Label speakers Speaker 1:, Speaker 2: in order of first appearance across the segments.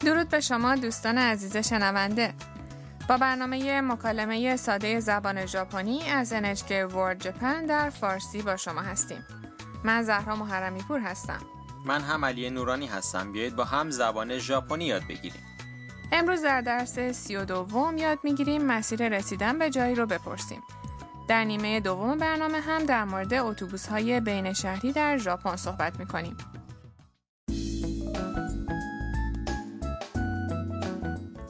Speaker 1: درود به شما دوستان عزیز شنونده با برنامه مکالمه ساده زبان ژاپنی از NHK World Japan در فارسی با شما هستیم من زهرا محرمی پور هستم
Speaker 2: من هم علی نورانی هستم بیایید با هم زبان ژاپنی یاد بگیریم
Speaker 1: امروز در درس سی و دوم یاد میگیریم مسیر رسیدن به جایی رو بپرسیم در نیمه دوم برنامه هم در مورد اتوبوس های بین شهری در ژاپن صحبت میکنیم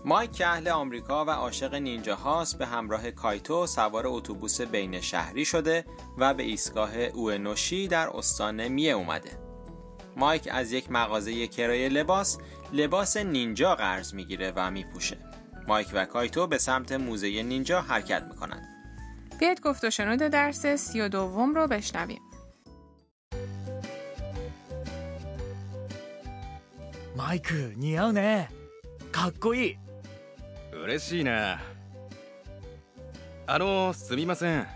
Speaker 2: مایک که اهل آمریکا و عاشق نینجا هاست به همراه کایتو سوار اتوبوس بین شهری شده و به ایستگاه اوئنوشی در استان میه اومده. مایک از یک مغازه کرایه لباس لباس نینجا قرض میگیره و میپوشه. مایک و کایتو به سمت موزه نینجا حرکت میکنند.
Speaker 1: بیاید گفت و شنود درس سی و دوم رو بشنویم
Speaker 3: マイク似合うねかっこいい
Speaker 4: 嬉しいなあのすみません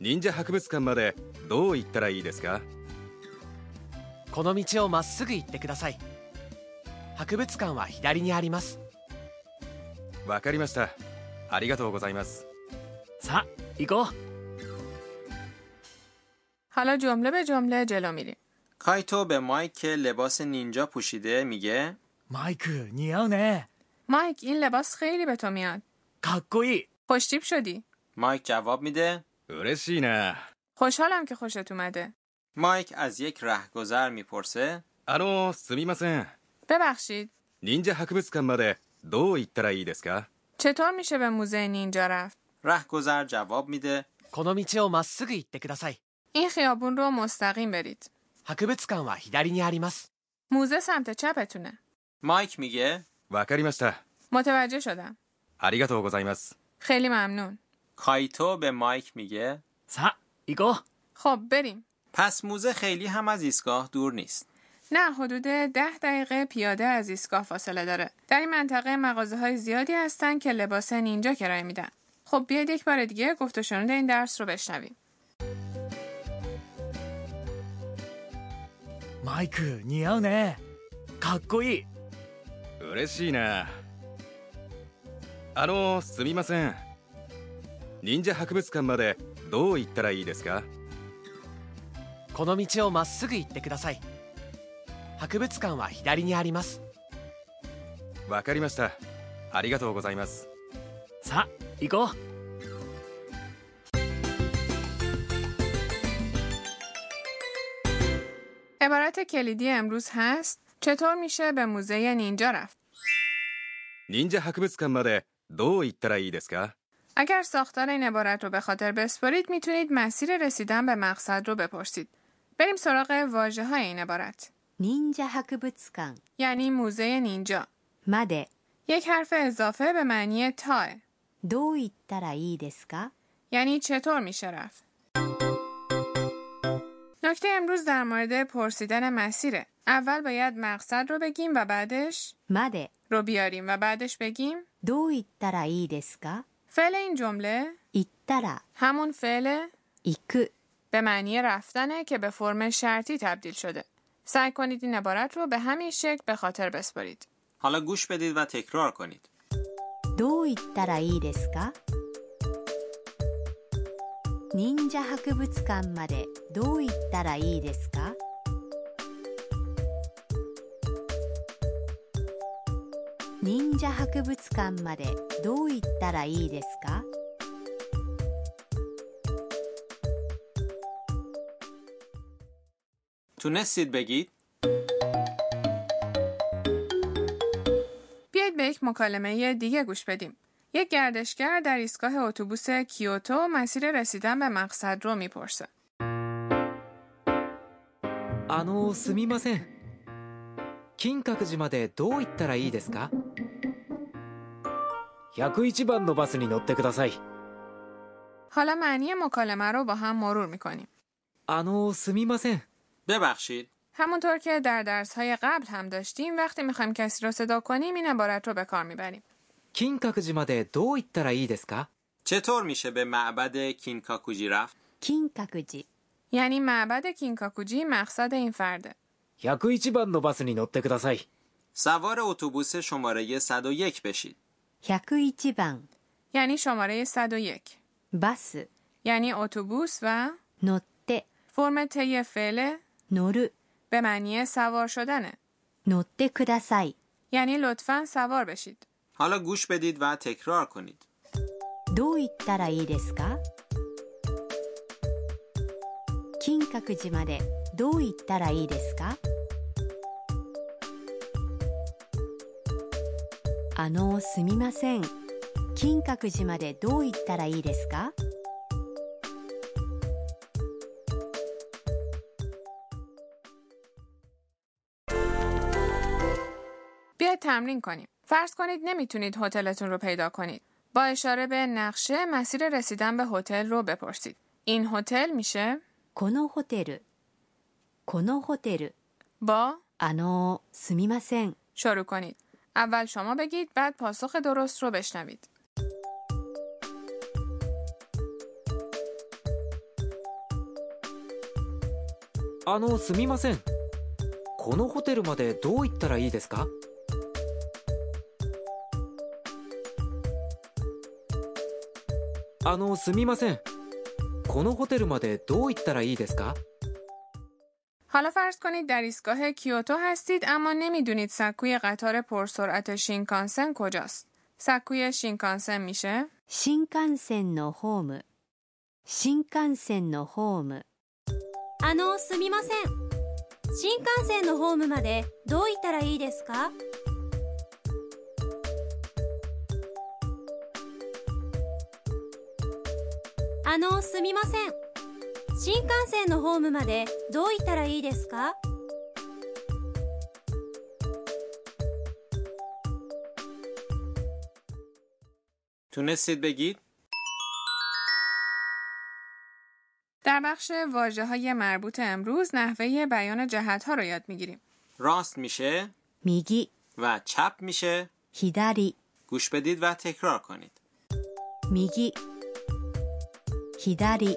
Speaker 4: 忍者博物館までどう行ったらいいですか
Speaker 3: この道をまっすぐ行ってください博物館は左にあります
Speaker 4: わかりましたありがとうございます
Speaker 3: さあ行こ
Speaker 1: حالا جمله به جمله جلو میریم
Speaker 2: کایتو به مایک که لباس نینجا پوشیده میگه
Speaker 3: うマイク似合うね
Speaker 1: مایک این لباس خیلی به تو میاد
Speaker 3: かっこいい
Speaker 1: خوشتیب شدی
Speaker 2: مایک جواب میده
Speaker 4: 嬉しいな
Speaker 1: خوشحالم که خوشت اومده
Speaker 2: مایک از یک رهگذر میپرسه
Speaker 4: あのすみません
Speaker 1: ببخشید
Speaker 4: 忍者博物館までどう行ったらいいですか
Speaker 1: چطور میشه به موزه نینجا رفت
Speaker 2: رهگذر جواب میده
Speaker 3: この道をまっすぐ行ってください
Speaker 1: این خیابون رو مستقیم برید
Speaker 3: 博物館は左にあります
Speaker 1: موزه سمت چپتونه
Speaker 2: مایک میگه
Speaker 4: わかりました。
Speaker 1: متوجه شدم
Speaker 4: ありがとうございます。
Speaker 1: خیلی ممنون
Speaker 2: کایتو به مایک میگه
Speaker 3: さあ行こう
Speaker 1: خب بریم
Speaker 2: پس موزه خیلی هم از ایستگاه دور نیست
Speaker 1: نه حدود ده دقیقه پیاده از ایستگاه فاصله داره در این منطقه مغازه های زیادی هستن که لباس نینجا کرایه میدن خب بیاید یک بار دیگه گفت و شنود این درس رو بشنویم
Speaker 3: マイク似合うねかっこいい
Speaker 4: 嬉しいな。あの、すみません。忍者博物館までどう行ったらいいですか
Speaker 3: この道をまっすぐ行ってください博物館は左にあります
Speaker 4: わかりました。ありがとうございます。
Speaker 3: さあ行こう
Speaker 1: عبارت کلیدی امروز هست چطور میشه به موزه نینجا رفت
Speaker 4: 忍者博物館までどう行ったらいいですか
Speaker 1: اگر ساختار این عبارت رو به خاطر بسپرید میتونید مسیر رسیدن به مقصد رو بپرسید بریم سراغ واژه های این عبارت
Speaker 5: 忍者博物館
Speaker 1: یعنی موزه نینجا
Speaker 5: まで
Speaker 1: یک حرف اضافه به معنی تا
Speaker 5: どう行ったらいいですか
Speaker 1: یعنی چطور میشه رفت نکته امروز در مورد پرسیدن مسیره اول باید مقصد رو بگیم و بعدش
Speaker 5: まで
Speaker 1: رو بیاریم و بعدش بگیم
Speaker 5: どう行ったらいいですか
Speaker 1: فعل این جمله
Speaker 5: 行ったら
Speaker 1: همون فعل
Speaker 5: 行く
Speaker 1: به معنی رفتنه که به فرم شرطی تبدیل شده سعی کنید این عبارت رو به همین شکل به خاطر بسپارید
Speaker 2: حالا گوش بدید و تکرار کنید
Speaker 5: どう行ったらいいですか忍者博物館までどう行ったらいいですか忍者博物館までどう行ったらいいですか
Speaker 2: تونستید بگید
Speaker 1: بیایید به یک مکالمه دیگه گوش بدیم یک گردشگر در ایستگاه اتوبوس کیوتو مسیر رسیدن به مقصد رو میپرسه
Speaker 6: あのすみません金閣寺までどう行ったらいいですか101番のバスに乗ってください
Speaker 1: حالا معنی مکالمه رو با هم مرور میکنیم
Speaker 6: あのすみません
Speaker 2: ببخشید
Speaker 1: همونطور که در درس های قبل هم داشتیم وقتی میخوایم کسی رو صدا کنیم این عبارت رو به کار میبریم
Speaker 6: 金閣寺までどう行ったらいいですか
Speaker 2: چطور میشه به معبد کینکاکوجی رفت
Speaker 5: 金閣寺
Speaker 1: یعنی معبد کینکاکوجی مقصد این فرده
Speaker 6: 101番のバスに乗ってください
Speaker 2: سوار اتوبوس شماره 101 بشید.
Speaker 5: 101番
Speaker 1: یعنی شماره 101
Speaker 5: バス
Speaker 1: یعنی اتوبوس و
Speaker 5: 乗って
Speaker 1: فرم طی فعل
Speaker 5: 乗る
Speaker 1: به معنی سوار شدنه
Speaker 5: 乗ってください
Speaker 1: یعنی لطفا سوار بشید
Speaker 2: حالا گوش بدید و تکرار کنید.
Speaker 5: どう言ったらいいですか金閣寺までどう言ったらいいですかあのすみません金閣寺までどう言ったらいいですか
Speaker 1: بیاید تمرین کنیم فرض کنید نمیتونید هتلتون رو پیدا کنید با اشاره به نقشه مسیر رسیدن به هتل رو بپرسید این هتل میشه
Speaker 5: このホテルこのホテル
Speaker 1: با
Speaker 5: あのすみません
Speaker 1: شروع کنید اول شما بگید بعد پاسخ درست رو بشنوید
Speaker 6: あのすみませんこのホテルまでどう行ったらいいですかあのすみませんこのホテルまでどう行ったらいいですか
Speaker 1: حالا فرض کنید در ایستگاه کیوتو هستید اما نمیدونید سکوی قطار پرسرعت شینکانسن کجاست سکوی شینکانسن میشه
Speaker 5: 新幹線のホーム新幹線のホーム
Speaker 7: あのすみません新幹線のホームまでどう行ったらいいですかあのすみません新幹線のホームまでどう行ったらいいですか
Speaker 2: تونستید بگید؟
Speaker 1: در بخش واجه های مربوط امروز نحوه بیان جهت ها رو یاد میگیریم.
Speaker 2: راست میشه
Speaker 5: 右
Speaker 2: و چپ میشه.
Speaker 5: 左
Speaker 2: گوش بدید و تکرار کنید.
Speaker 5: 右左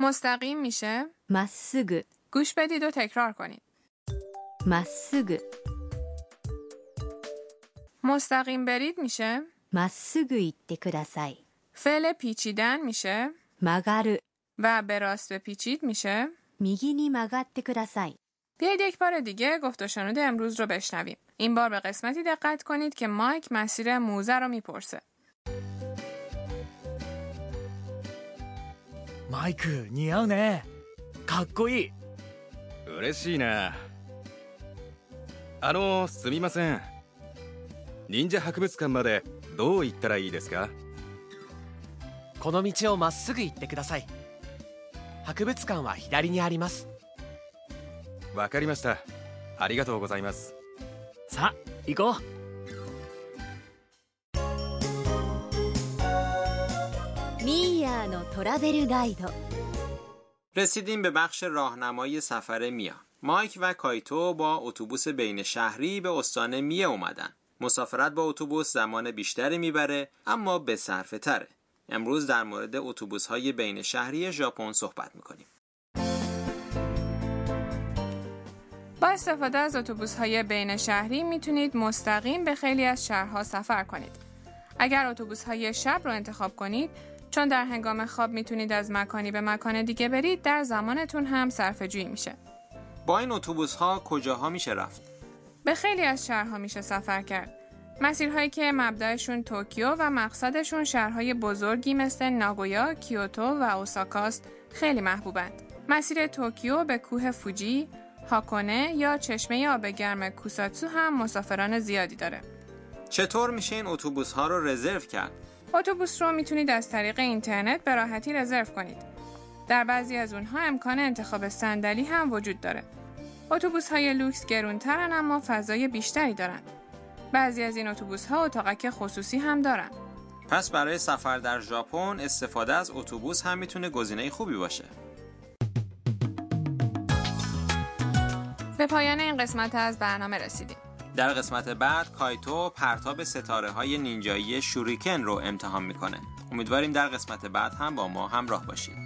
Speaker 1: مستقیم میشه
Speaker 5: まっすぐ
Speaker 1: گوش بدید و تکرار کنید.
Speaker 5: まっすぐ
Speaker 1: مستقیم برید میشه
Speaker 5: まっすぐ行ってください
Speaker 1: فعل پیچیدن میشه
Speaker 5: 曲がる
Speaker 1: و به راست بپیچید میشه
Speaker 5: 右に曲がってください
Speaker 1: بیایید یک بار دیگه گفت و شنود امروز رو بشنویم. این بار به قسمتی دقت کنید که مایک مسیر موزه رو میپرسه.
Speaker 8: マイク似合うねかっこいい
Speaker 4: 嬉しいなあのすみません忍者博物館までどう行ったらいいですか
Speaker 3: この道をまっすぐ行ってください博物館は左にあります
Speaker 4: わかりましたありがとうございます
Speaker 8: さあ行こう
Speaker 5: ミーヤーのトラベルガイド
Speaker 2: رسیدیم به بخش راهنمای سفر میا. مایک و کایتو با اتوبوس بین شهری به استان میه اومدن. مسافرت با اتوبوس زمان بیشتری میبره اما به صرفه تره. امروز در مورد اتوبوس های بین شهری ژاپن صحبت میکنیم.
Speaker 1: با استفاده از اتوبوس های بین شهری میتونید مستقیم به خیلی از شهرها سفر کنید. اگر اتوبوس های شب رو انتخاب کنید چون در هنگام خواب میتونید از مکانی به مکان دیگه برید در زمانتون هم صرفه جویی میشه.
Speaker 2: با این اتوبوس ها کجاها میشه رفت؟
Speaker 1: به خیلی از شهرها میشه سفر کرد. مسیرهایی که مبدأشون توکیو و مقصدشون شهرهای بزرگی مثل ناگویا، کیوتو و اوساکاست خیلی محبوبند. مسیر توکیو به کوه فوجی، هاکونه یا چشمه آب گرم کوساتسو هم مسافران زیادی داره.
Speaker 2: چطور میشه این اتوبوس ها رو رزرو کرد؟
Speaker 1: اتوبوس رو میتونید از طریق اینترنت به راحتی رزرو کنید. در بعضی از اونها امکان انتخاب صندلی هم وجود داره. اتوبوس های لوکس گرونترن اما فضای بیشتری دارن. بعضی از این اتوبوس ها اتاقک خصوصی هم دارن.
Speaker 2: پس برای سفر در ژاپن استفاده از اتوبوس هم میتونه گزینه خوبی باشه.
Speaker 1: به پایان این قسمت از برنامه رسیدیم.
Speaker 2: در قسمت بعد کایتو پرتاب ستاره های نینجایی شوریکن رو امتحان میکنه. امیدواریم در قسمت بعد هم با ما همراه باشید.